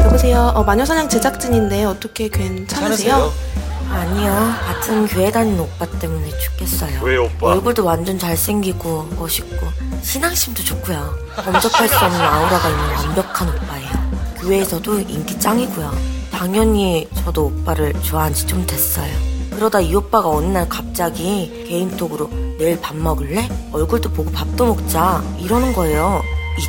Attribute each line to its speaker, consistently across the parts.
Speaker 1: 안녕하세요. 어, 마녀사냥 제작진인데 어떻게 괜찮으세요?
Speaker 2: 아니요. 같은 교회 다니는 오빠 때문에 죽겠어요.
Speaker 3: 왜 오빠?
Speaker 2: 얼굴도 완전 잘생기고 멋있고 신앙심도 좋고요. 범접할 수 없는 아우라가 있는 완벽한 오빠예요. 교회에서도 인기 짱이고요. 당연히 저도 오빠를 좋아한 지 좀 됐어요. 그러다 이 오빠가 어느 날 갑자기 개인톡으로 내일 밥 먹을래? 얼굴도 보고 밥도 먹자 이러는 거예요.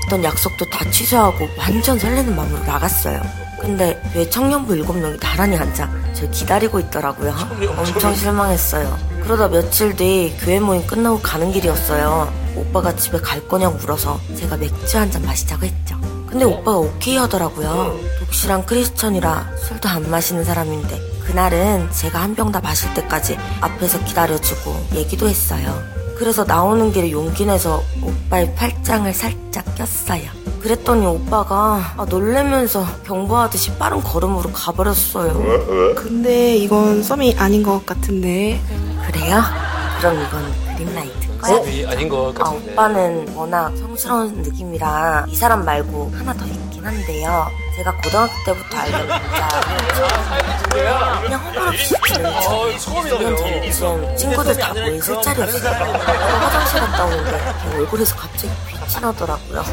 Speaker 2: 있던 약속도 다 취소하고 완전 설레는 마음으로 나갔어요. 근데 왜 청년부 7명이 나란히 앉아 저 기다리고 있더라고요. 엄청 실망했어요. 그러다 며칠 뒤 교회 모임 끝나고 가는 길이었어요. 오빠가 집에 갈 거냐고 물어서 제가 맥주 한 잔 마시자고 했죠. 근데 오빠가 오케이 하더라고요. 독실한 크리스천이라 술도 안 마시는 사람인데 그날은 제가 한 병 다 마실 때까지 앞에서 기다려주고 얘기도 했어요. 그래서 나오는 길에 용기 내서 오빠의 팔짱을 살짝 꼈어요. 그랬더니 오빠가 아, 놀래면서 경보하듯이 빠른 걸음으로 가버렸어요.
Speaker 1: 근데 이건 썸이 아닌 것 같은데.
Speaker 2: 그래요? 그럼 이건 그린라이트 거야?
Speaker 4: 어? 네.
Speaker 3: 이 아닌 것
Speaker 2: 아,
Speaker 3: 같은데.
Speaker 2: 오빠는 워낙 성스러운 느낌이라 이 사람 말고 하나 더 있긴 한데요. 제가 고등학교 때부터 알던 남자. 그냥 허물없이
Speaker 4: 아.
Speaker 2: 지내는 친구.
Speaker 3: 어, 처음이네요.
Speaker 2: 2년 전쯤 어. 친구들 다 모인 술자리였어요. 화장실 갔다 오는데 걔 얼굴에서 갑자기 빛이 나더라고요.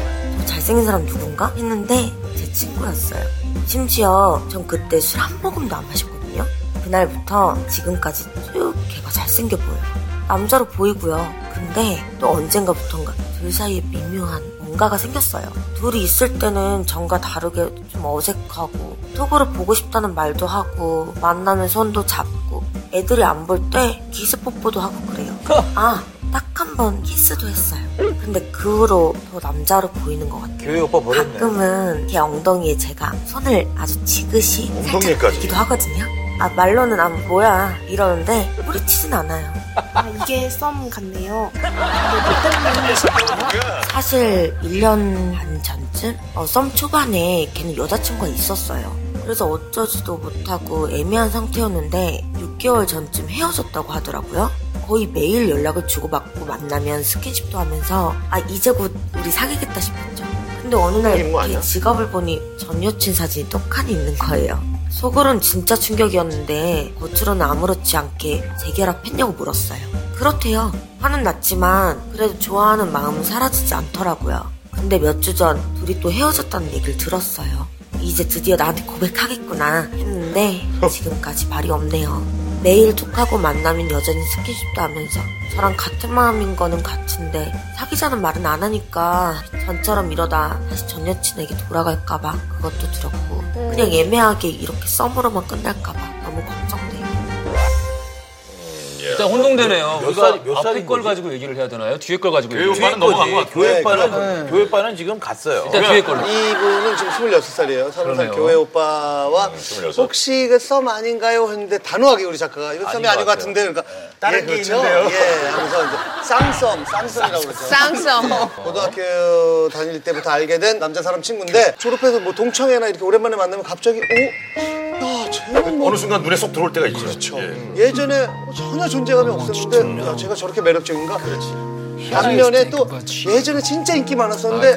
Speaker 2: 저 잘생긴 사람 누군가? 했는데 제 친구였어요. 심지어 전 그때 술 한 모금도 안 마셨거든요. 그날부터 지금까지 쭉 걔가 잘생겨 보여요. 남자로 보이고요. 근데 또 언젠가부턴가 둘 사이에 미묘한 뭔가가 생겼어요. 둘이 있을 때는 전과 다르게 좀 어색하고 톡으로 보고 싶다는 말도 하고 만나면 손도 잡고 애들이 안 볼 때 기스 뽀뽀도 하고 그래요. 아, 딱 한 번 키스도 했어요. 근데 그 후로 더 남자로 보이는 것 같아요.
Speaker 3: 교회 오빠 버렸네.
Speaker 2: 가끔은 걔 엉덩이에 제가 손을 아주 지그시 살짝
Speaker 3: 엉덩이까지?
Speaker 2: 대기도 하거든요. 아 말로는 아 뭐야 이러는데 뿌리치진 않아요.
Speaker 1: 아, 이게 썸 같네요. 근데 뭐 때문에 싶어요?
Speaker 2: 사실 1년 반 전쯤 어, 썸 초반에 걔는 여자친구가 있었어요. 그래서 어쩌지도 못하고 애매한 상태였는데 6개월 전쯤 헤어졌다고 하더라고요. 거의 매일 연락을 주고받고 만나면 스킨십도 하면서 아 이제 곧 우리 사귀겠다 싶었죠. 근데 어느
Speaker 3: 사귄 거
Speaker 2: 날
Speaker 3: 뭐 아니야?
Speaker 2: 걔 지갑을 보니 전 여친 사진이 떡하니 있는 거예요. 속으론 진짜 충격이었는데 겉으로는 아무렇지 않게 재결합했냐고 물었어요. 그렇대요. 화는 났지만 그래도 좋아하는 마음은 사라지지 않더라고요. 근데 몇 주 전 둘이 또 헤어졌다는 얘기를 들었어요. 이제 드디어 나한테 고백하겠구나 했는데
Speaker 3: 어.
Speaker 2: 지금까지 말이 없네요. 매일 톡하고 만나면 여전히 스킨십도 하면서 저랑 같은 마음인 거는 같은데 사귀자는 말은 안 하니까 전처럼 이러다 다시 전 여친에게 돌아갈까봐 그것도 두렵고
Speaker 5: 음.
Speaker 2: 그냥 애매하게 이렇게 썸으로만 끝날까봐 너무 걱정돼요.
Speaker 4: 일단 혼동되네요.
Speaker 6: 몇
Speaker 4: 우리가
Speaker 6: 살- 몇
Speaker 4: 앞에
Speaker 6: 살인
Speaker 4: 걸
Speaker 6: 거지?
Speaker 4: 가지고 얘기를 해야 되나요? 뒤에 걸 가지고
Speaker 3: 교육
Speaker 4: 얘기를 해야
Speaker 3: 오빠는 넘어간 것 같아.
Speaker 6: 교회
Speaker 7: 그러니까.
Speaker 6: 오빠는 교회 오빠는 지금 갔어요.
Speaker 4: 되나요? 네, 일단 뒤에 걸로.
Speaker 7: 이분은 지금 26살이에요. 서른 살
Speaker 4: 그러네요.
Speaker 7: 교회 오빠와
Speaker 6: 네,
Speaker 3: 26.
Speaker 7: 혹시 이거 썸 아닌가요? 했는데 단호하게 우리 작가가 이거 썸이
Speaker 6: 아닌 것
Speaker 7: 아닌 것
Speaker 6: 같아요. 네.
Speaker 7: 같은데 그러니까
Speaker 6: 다른
Speaker 7: 예,
Speaker 6: 게
Speaker 7: 그렇죠.
Speaker 6: 있는데요.
Speaker 7: 예, 하면서 이제 쌍썸, 쌍썸이라고 그러죠. 네.
Speaker 5: 쌍성.
Speaker 7: 고등학교 다닐 때부터 알게 된 남자 사람 친구인데 졸업해서 뭐 동창회나 이렇게 오랜만에 만나면 갑자기 오? 야, 쟤는 뭐
Speaker 3: 어느 순간 눈에 쏙 들어올 때가 있죠. 그렇죠.
Speaker 7: 예전에 전혀 존재감이 없었는데 야, 제가 저렇게 매력적인가? 반면에 또 예전에 진짜 인기 많았었는데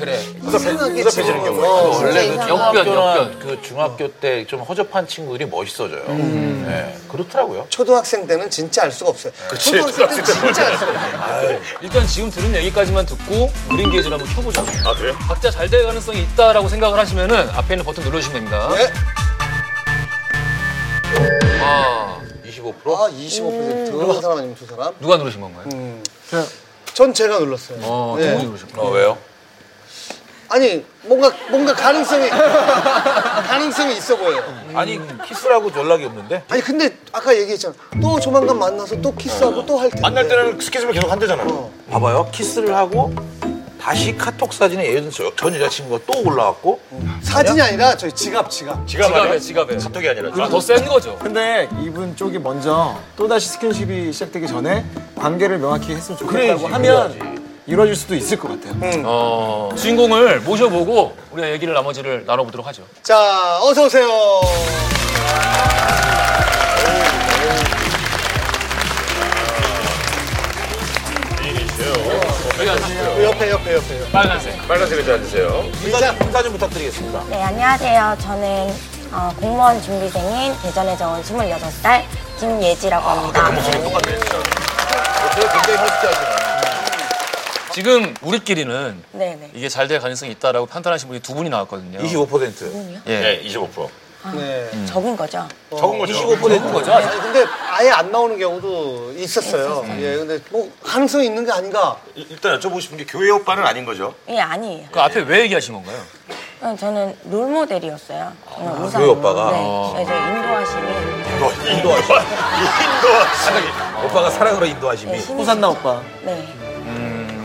Speaker 7: 이상하게
Speaker 3: 무섭해지는
Speaker 7: 지금,
Speaker 3: 경우가
Speaker 7: 어,
Speaker 3: 있고.
Speaker 6: 원래 그
Speaker 5: 진짜
Speaker 4: 역변,
Speaker 6: 중학교나
Speaker 4: 역변.
Speaker 6: 그 중학교 때 좀 허접한 친구들이 멋있어져요.
Speaker 4: 음.
Speaker 6: 예, 그렇더라고요.
Speaker 7: 초등학생 때는 진짜 알 수가 없어요. 초등학생 때는 진짜 알 수가 없어요.
Speaker 4: 일단 지금 들은 얘기까지만 듣고 우린 게이지를 한번 켜보죠.
Speaker 3: 아 그래요?
Speaker 4: 각자 잘 될 가능성이 있다라고 생각을 하시면은 앞에 있는 버튼 눌러주시면 됩니다.
Speaker 7: 네.
Speaker 4: 아,
Speaker 6: 25%?
Speaker 7: 아, 25% 들어간 사람 아니면 두 사람?
Speaker 4: 누가 누르신 건가요?
Speaker 6: 음.
Speaker 7: 전 제가 눌렀어요.
Speaker 4: 어,
Speaker 5: 네.
Speaker 7: 예.
Speaker 4: 동훈이 누르셨구나.
Speaker 6: 어, 왜요?
Speaker 7: 아니, 뭔가, 뭔가 가능성이, 가능성이 있어 보여요.
Speaker 4: 음.
Speaker 6: 아니 키스라고 연락이 없는데?
Speaker 7: 아니, 근데 아까 얘기했잖아. 또 조만간 만나서 또 키스하고 또 할 텐데.
Speaker 3: 만날 때는
Speaker 5: 네.
Speaker 3: 스킨십을 계속 한대잖아.
Speaker 5: 어.
Speaker 6: 봐봐요. 키스를 하고 다시 카톡 사진에 예전 저- 전 여자친구가 또 올라왔고
Speaker 7: 사진이 아니라 저희 지갑, 지갑.
Speaker 3: 지갑 아니야?
Speaker 4: 지갑에, 지갑에.
Speaker 3: 카톡이 아니라.
Speaker 4: 그리고 더 센 거죠.
Speaker 8: 근데 이분 쪽이 먼저 또다시 스킨십이 시작되기 전에 관계를 명확히 했으면 좋겠다고
Speaker 6: 그래야지,
Speaker 8: 하면
Speaker 6: 그래야지.
Speaker 8: 이루어질 수도 있을 것 같아요.
Speaker 4: 어, 주인공을 모셔보고 우리가 얘기를 나머지를 나눠보도록 하죠.
Speaker 7: 자, 어서 오세요.
Speaker 3: 네.
Speaker 4: 여기 앉으세요.
Speaker 7: 옆에 옆에 옆에 옆에.
Speaker 4: 빨간색.
Speaker 6: 빨간색 의자 앉으세요. 인사 좀, 인사 좀 부탁드리겠습니다.
Speaker 5: 네, 안녕하세요. 저는 어, 공무원 준비생인 대전에서 온 26살 김예지라고
Speaker 6: 아,
Speaker 5: 합니다.
Speaker 6: 제가 굉장히 멋있게
Speaker 4: 지금 우리끼리는
Speaker 5: 네, 네.
Speaker 4: 이게 잘 될 가능성이 있다라고 판단하신 분이 두 분이 나왔거든요.
Speaker 6: 하시네요. 25%.
Speaker 4: 예.
Speaker 6: 25%.
Speaker 7: 네.
Speaker 6: 음.
Speaker 5: 적은 거죠?
Speaker 6: 적은 거죠. 25%인 거죠.
Speaker 7: 아니, 근데 아예 안 나오는 경우도 있었어요. 예, 근데 뭐 가능성이 있는 게 아닌가.
Speaker 3: 일단 여쭤보고 싶은 게 교회 오빠는 아닌 거죠?
Speaker 5: 예, 아니에요.
Speaker 4: 그 앞에 왜 얘기하신 건가요?
Speaker 5: 어, 저는 롤모델이었어요. 저는 우상.
Speaker 6: 그 오빠가?
Speaker 5: 네. 그래서 인도하시는
Speaker 6: 인도하시. 인도하시. 오빠가 사랑으로 인도하심이.
Speaker 5: 네, 신이-
Speaker 8: 호산나 오빠.
Speaker 5: 네.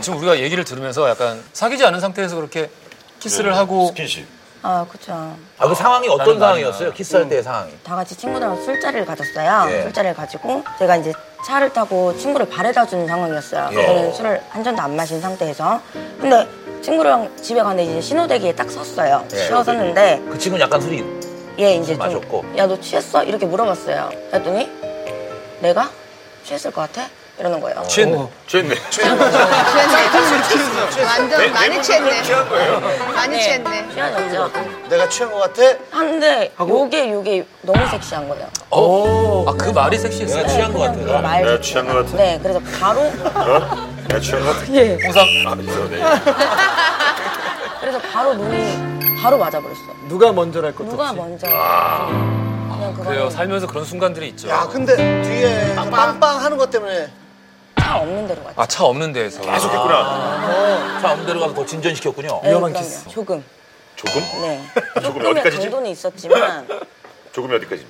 Speaker 4: 지금 우리가 얘기를 들으면서 약간 사귀지 않은 상태에서 그렇게 키스를
Speaker 6: 네,
Speaker 4: 하고
Speaker 3: 스킨십.
Speaker 5: 아, 그쵸.
Speaker 6: 아, 그 상황이 어떤
Speaker 4: 나는 음.
Speaker 6: 상황이었어요? 키스할 때의 상황이.
Speaker 5: 다 같이 친구들하고 술자리를 가졌어요.
Speaker 6: 예.
Speaker 5: 술자리를 가지고 제가 이제 차를 타고 친구를 바래다 주는 상황이었어요.
Speaker 6: 예.
Speaker 5: 저는 술을 한 잔도 안 마신 상태에서. 근데 친구랑 집에 가는데 이제 신호대기에 딱 섰어요.
Speaker 6: 예.
Speaker 5: 섰었는데
Speaker 6: 그 친구는 약간 술이
Speaker 5: 얘 예, 이제
Speaker 6: 술 마셨고.
Speaker 5: 좀, 야, 너 취했어? 이렇게 물어봤어요. 그랬더니, 내가? 취했을 것 같아? 이러는 거예요.
Speaker 4: 취했네.
Speaker 6: 죄네.
Speaker 9: 완전 많이 취했네. 많이 취했네.
Speaker 5: 취하셨죠?
Speaker 7: 내가 취한 것 같아?
Speaker 5: 한데, 요게, 요게 너무 섹시한 거예요.
Speaker 4: 오. 아 그 말이 섹시했어요.
Speaker 6: 내가 취한 것 같아.
Speaker 5: 그냥 말
Speaker 3: 내가 취한 것 같아.
Speaker 5: 네, 그래서 바로,
Speaker 6: 네.
Speaker 3: 내가 취한 것 같아.
Speaker 5: 예.
Speaker 4: 홍상.
Speaker 3: 네.
Speaker 5: 그래서 바로 눈이, 바로 맞아버렸어요.
Speaker 8: 누가 먼저랄 것도
Speaker 5: 누가
Speaker 8: 없이.
Speaker 5: 먼저. 네, 그냥
Speaker 4: 그래요.
Speaker 5: 그거
Speaker 4: 살면서 그런 순간들이 있죠.
Speaker 7: 야, 근데 뒤에 빵빵 하는 것 때문에
Speaker 5: 차 없는 데로 갔죠.
Speaker 4: 아 차 없는 데에서. 아,
Speaker 3: 계속했구나.
Speaker 6: 차 없는 데로 가서 더 진전시켰군요.
Speaker 5: 네,
Speaker 8: 위험한
Speaker 5: 그럼요.
Speaker 8: 키스.
Speaker 5: 조금.
Speaker 3: 조금?
Speaker 5: 네.
Speaker 3: 조금
Speaker 5: 조금의
Speaker 3: 어디까지지?
Speaker 5: 강도는 있었지만,
Speaker 3: 조금 어디까지?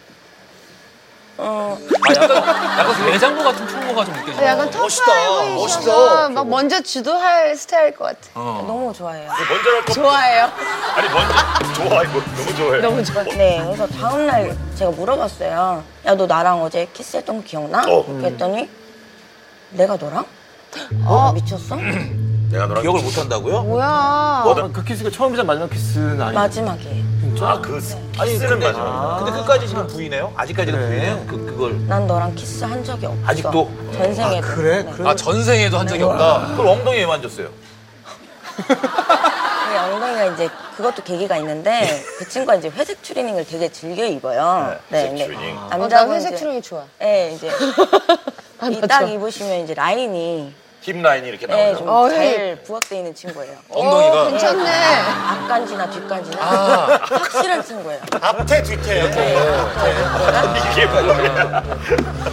Speaker 5: 어,
Speaker 4: 아, 약간, 약간 대장부 같은 풍모가 좀
Speaker 9: 아,
Speaker 4: 느껴지네요.
Speaker 9: 약간
Speaker 7: 멋있다. 멋있어.
Speaker 9: 터프하이셔서 막 먼저 주도할 스타일일 것 같아.
Speaker 5: 너무 좋아해요.
Speaker 3: 그 먼저 할 거.
Speaker 9: 좋아해요.
Speaker 3: 아니 먼저. 좋아 이거 너무 좋아해.
Speaker 9: 너무 좋아.
Speaker 5: 네, 그래서 다음날 제가 물어봤어요. 야, 너 나랑 어제 키스했던 거 기억나?
Speaker 3: 어.
Speaker 5: 그랬더니, 내가 너랑? 아, 미쳤어?
Speaker 3: 내가 너랑
Speaker 6: 기억을 못 한다고요?
Speaker 9: 뭐야.
Speaker 8: 아, 그 키스가 처음이자 마지막 키스는 아니야.
Speaker 5: 마지막이에요.
Speaker 3: 아그 키스는
Speaker 6: 근데,
Speaker 3: 마지막.
Speaker 6: 근데 끝까지 지금 부인해요? 아직까지는
Speaker 4: 네.
Speaker 8: 그래.
Speaker 6: 부인해요? 그, 그걸.
Speaker 5: 난 너랑 키스한 적이 없어.
Speaker 6: 아직도?
Speaker 5: 전생에도.
Speaker 8: 그래?
Speaker 5: 네.
Speaker 8: 그래?
Speaker 4: 아 전생에도 한 적이 없다.
Speaker 6: 그걸 엉덩이에 만졌어요.
Speaker 5: 그 엉덩이가 이제 그것도 계기가 있는데 그 친구가 이제 회색 추리닝을 되게 즐겨 입어요. 네, 네.
Speaker 3: 추리닝.
Speaker 5: 남자분
Speaker 9: 나 회색
Speaker 5: 이제-
Speaker 9: 추리닝 좋아.
Speaker 5: 네, 이제
Speaker 9: 아,
Speaker 5: 이
Speaker 9: 맞아.
Speaker 5: 딱 입으시면 이제 라인이
Speaker 6: 힙 라인이 이렇게
Speaker 5: 네,
Speaker 6: 나오죠.
Speaker 9: 어,
Speaker 5: 좀잘 부각돼 있는 친구예요. 아,
Speaker 4: 엉덩이가.
Speaker 9: 오, 괜찮네.
Speaker 5: 앞간지나 뒷간지나
Speaker 4: 아.
Speaker 5: 확실한 친구예요.
Speaker 7: 앞태 뒤태.
Speaker 3: 이게 뭐야?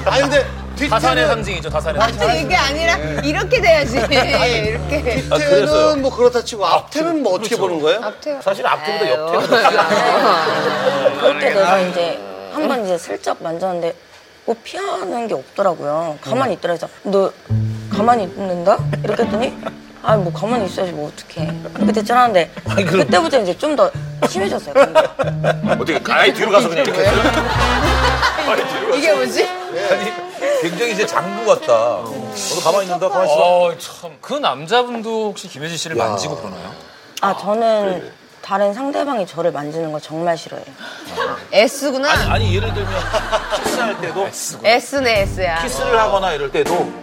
Speaker 7: 아니 근데
Speaker 4: 다산의
Speaker 7: 뒤태는
Speaker 4: 상징이죠. 다산의 상징.
Speaker 9: 근데 이게 아니라 이렇게 돼야지. 이렇게.
Speaker 7: 뒤태는 뭐 그렇다 치고 앞태는 뭐 어떻게 보는 거예요?
Speaker 9: 앞태워.
Speaker 6: 사실
Speaker 9: 네,
Speaker 6: 앞뒤보다
Speaker 9: 어.
Speaker 6: 옆에
Speaker 5: 그렇게
Speaker 8: 그러니까.
Speaker 5: 돼서 이제 한 번 이제 슬쩍 만졌는데 뭐 피하는 게 없더라고요. 가만히 있더라 해서 너 가만히 있는다? 이렇게 했더니 아 뭐 가만히 있어야지 뭐 어떡해. 이렇게 대처를 하는데 그때부터 이제 좀 더 심해졌어요. 관계가.
Speaker 3: 어떻게 아예 뒤로 가서 그냥 이렇게.
Speaker 9: 이게 뭐지?
Speaker 6: 굉장히 이제 장부 같다. 너도 가만히 있는다, 가만히 있어.
Speaker 4: 어, 참. 그 남자분도 혹시 김혜진 씨를 만지고 그러나요?
Speaker 5: 아
Speaker 8: 네.
Speaker 5: 저는 다른 상대방이 저를 만지는 걸 정말 싫어해요.
Speaker 9: S구나.
Speaker 6: 아니, 예를 들면 키스할 때도
Speaker 9: S네, S야.
Speaker 6: 키스를 하거나 이럴 때도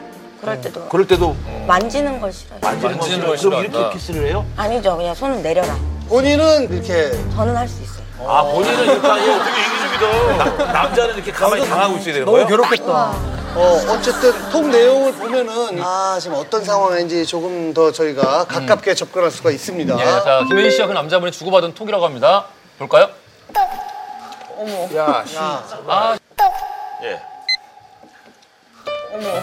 Speaker 5: 그럴 때도
Speaker 6: 그럴 때도
Speaker 5: 만지는 걸 싫어해요.
Speaker 6: 만지는 거
Speaker 4: 만지는 걸
Speaker 6: 싫어. 그럼 이렇게
Speaker 4: 싫어한다.
Speaker 6: 키스를 해요?
Speaker 5: 아니죠. 그냥 손 내려라.
Speaker 7: 본인은 이렇게
Speaker 5: 저는 할 수 있어요.
Speaker 6: 아, 본인은 이렇게 아니고 되게 이기적이다. 남자는 이렇게 가만히 당하고
Speaker 4: 그-
Speaker 6: 있어야 되는 거예요?
Speaker 8: 너무 괴롭겠다.
Speaker 7: 어, 어쨌든 통 내용을 보면은 아 지금 어떤 상황인지 조금 더 저희가 가깝게 접근할 수가 있습니다.
Speaker 4: 예, 자, 김혜진 씨와 그 남자분이 주고받은 톡이라고 합니다. 볼까요?
Speaker 6: 야, 씨.
Speaker 4: 아,
Speaker 3: 예.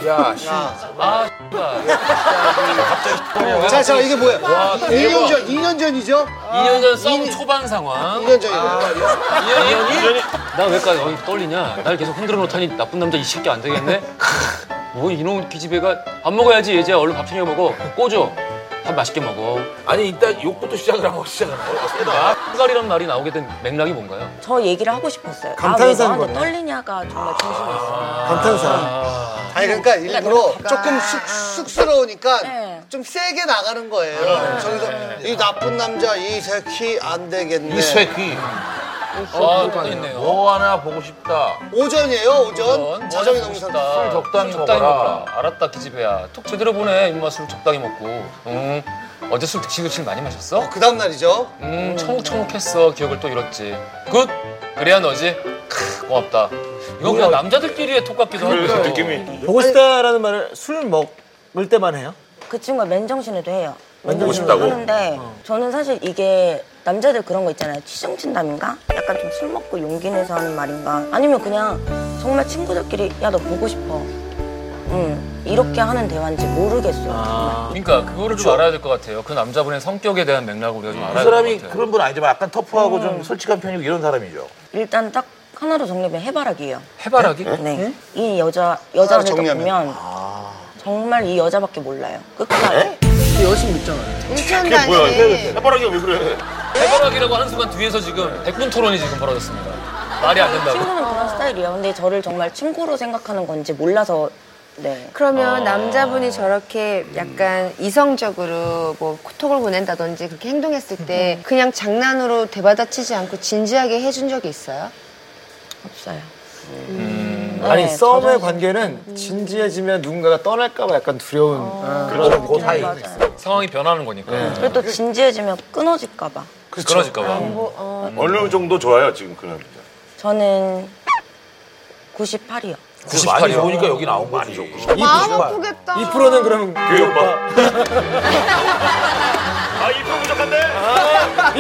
Speaker 6: 야, 씨.
Speaker 4: 아, 씨발.
Speaker 7: 자, 자 이게 뭐예요? 2년 전, 2년 전이죠?
Speaker 4: 2년 전 썸 초반 상황.
Speaker 7: 2년 전이래요.
Speaker 4: 이현이? 나 왜까지 여기 떨리냐? 날 계속 흔들어 놓다니 나쁜 남자 이 새끼 안 되겠네? 크, 뭐 이놈 기집애가 밥 먹어야지 얘지야 얼른 밥 챙겨 먹어 꼬줘 밥 맛있게 먹어
Speaker 6: 아니, 일단 욕부터 시작을 하고 시작을 하고. 세다.
Speaker 4: 한가리란 말이 나오게 된 맥락이 뭔가요?
Speaker 5: 저 얘기를 하고 싶었어요. 아왜
Speaker 8: 감탄사인 아.
Speaker 5: 너한테
Speaker 8: 거네.
Speaker 5: 떨리냐가 정말 중심이었어요.
Speaker 8: 감탄사.
Speaker 7: 아니 그러니까 일부러 조금 쑥, 쑥스러우니까
Speaker 5: 네.
Speaker 7: 좀 세게 나가는 네. 거예요. 저기서 이 나쁜 남자 이 새끼 안 되겠네.
Speaker 6: 이 새끼.
Speaker 4: 아, 또 있네요.
Speaker 6: 뭐 하나 보고 싶다. 그
Speaker 7: 오전이에요, 오전. 어, 아, 자정이 너무
Speaker 4: 상
Speaker 7: 이상하다.
Speaker 6: 술 적당히 먹어라.
Speaker 4: 알았다, 기집애야. 톡 제대로 보내. 입맛 술 적당히 먹고. 음, 어제 술 득실득실 많이 마셨어?
Speaker 7: 그 다음날이죠.
Speaker 4: 음, 청욱청욱했어. 기억을 또 잃었지. 굿! 그래야 너지. 크, 고맙다. 이거 그냥 남자들끼리의 톡 같기도 하고.
Speaker 3: 그 느낌이
Speaker 8: 보고 싶다라는 말을 술 먹을 때만 해요?
Speaker 5: 그 친구가 맨정신에도 해요.
Speaker 3: 보고
Speaker 5: 맨정신으로
Speaker 3: 싶다고?
Speaker 5: 하는데 어. 저는 사실 이게 남자들 그런 거 있잖아요. 취정친담인가? 약간 좀 술 먹고 용기 내서 하는 말인가? 아니면 그냥 정말 친구들끼리 야 너 보고 싶어. 음 이렇게 하는 대화인지 모르겠어요.
Speaker 4: 그러니까 그거를 좀 알아야 될 것 같아요. 그 남자분의 성격에 대한 맥락을 우리가 좀
Speaker 6: 그
Speaker 4: 알아야 될
Speaker 6: 사람이
Speaker 4: 것 같아요.
Speaker 6: 그런 분 아니지만 약간 터프하고 좀 솔직한 편이고 이런 사람이죠.
Speaker 5: 일단 딱 하나로 정리하면 해바라기예요.
Speaker 4: 해바라기?
Speaker 5: 네. 이 여자 여자를 딱
Speaker 7: 정리하면. 아.
Speaker 5: 보면 정말 이 여자밖에 몰라요.
Speaker 7: 네?
Speaker 5: 끝까지.
Speaker 9: 일천
Speaker 3: 이게 뭐야?
Speaker 9: 당시
Speaker 3: 해바라기가
Speaker 6: 그렇죠?
Speaker 3: 왜 그래?
Speaker 4: 해바라기라고 하는 순간 뒤에서 지금 백분 토론이 지금 벌어졌습니다. 말이 안 된다고.
Speaker 5: 친구는 그런 스타일이에요. 근데 저를 정말 친구로 생각하는 건지 몰라서 네.
Speaker 10: 그러면 남자분이 저렇게 약간 이성적으로 뭐 톡을 보낸다든지 그렇게 행동했을 때 그냥 장난으로 대받아치지 않고 진지하게 해준 적이 있어요?
Speaker 5: 없어요.
Speaker 8: 아니
Speaker 5: 네,
Speaker 8: 썸의
Speaker 5: 저도-
Speaker 8: 관계는 진지해지면 누군가가 떠날까봐 약간 두려운 그런
Speaker 6: 그 사이.
Speaker 5: 맞아요.
Speaker 4: 상황이 변하는 거니까. 네.
Speaker 5: 그리고 또 진지해지면 끊어질까 봐.
Speaker 4: 그러질까 봐.
Speaker 10: 뭐, 어,
Speaker 3: 어느 정도 좋아요 지금 그 남자?
Speaker 5: 저는 98이요.
Speaker 6: 그거 많이 보니까 여기 나온 거지.
Speaker 9: 마음 아프겠다.
Speaker 8: 2%는 그럼
Speaker 3: 교회 오빠. 아 이쁘 부족한데?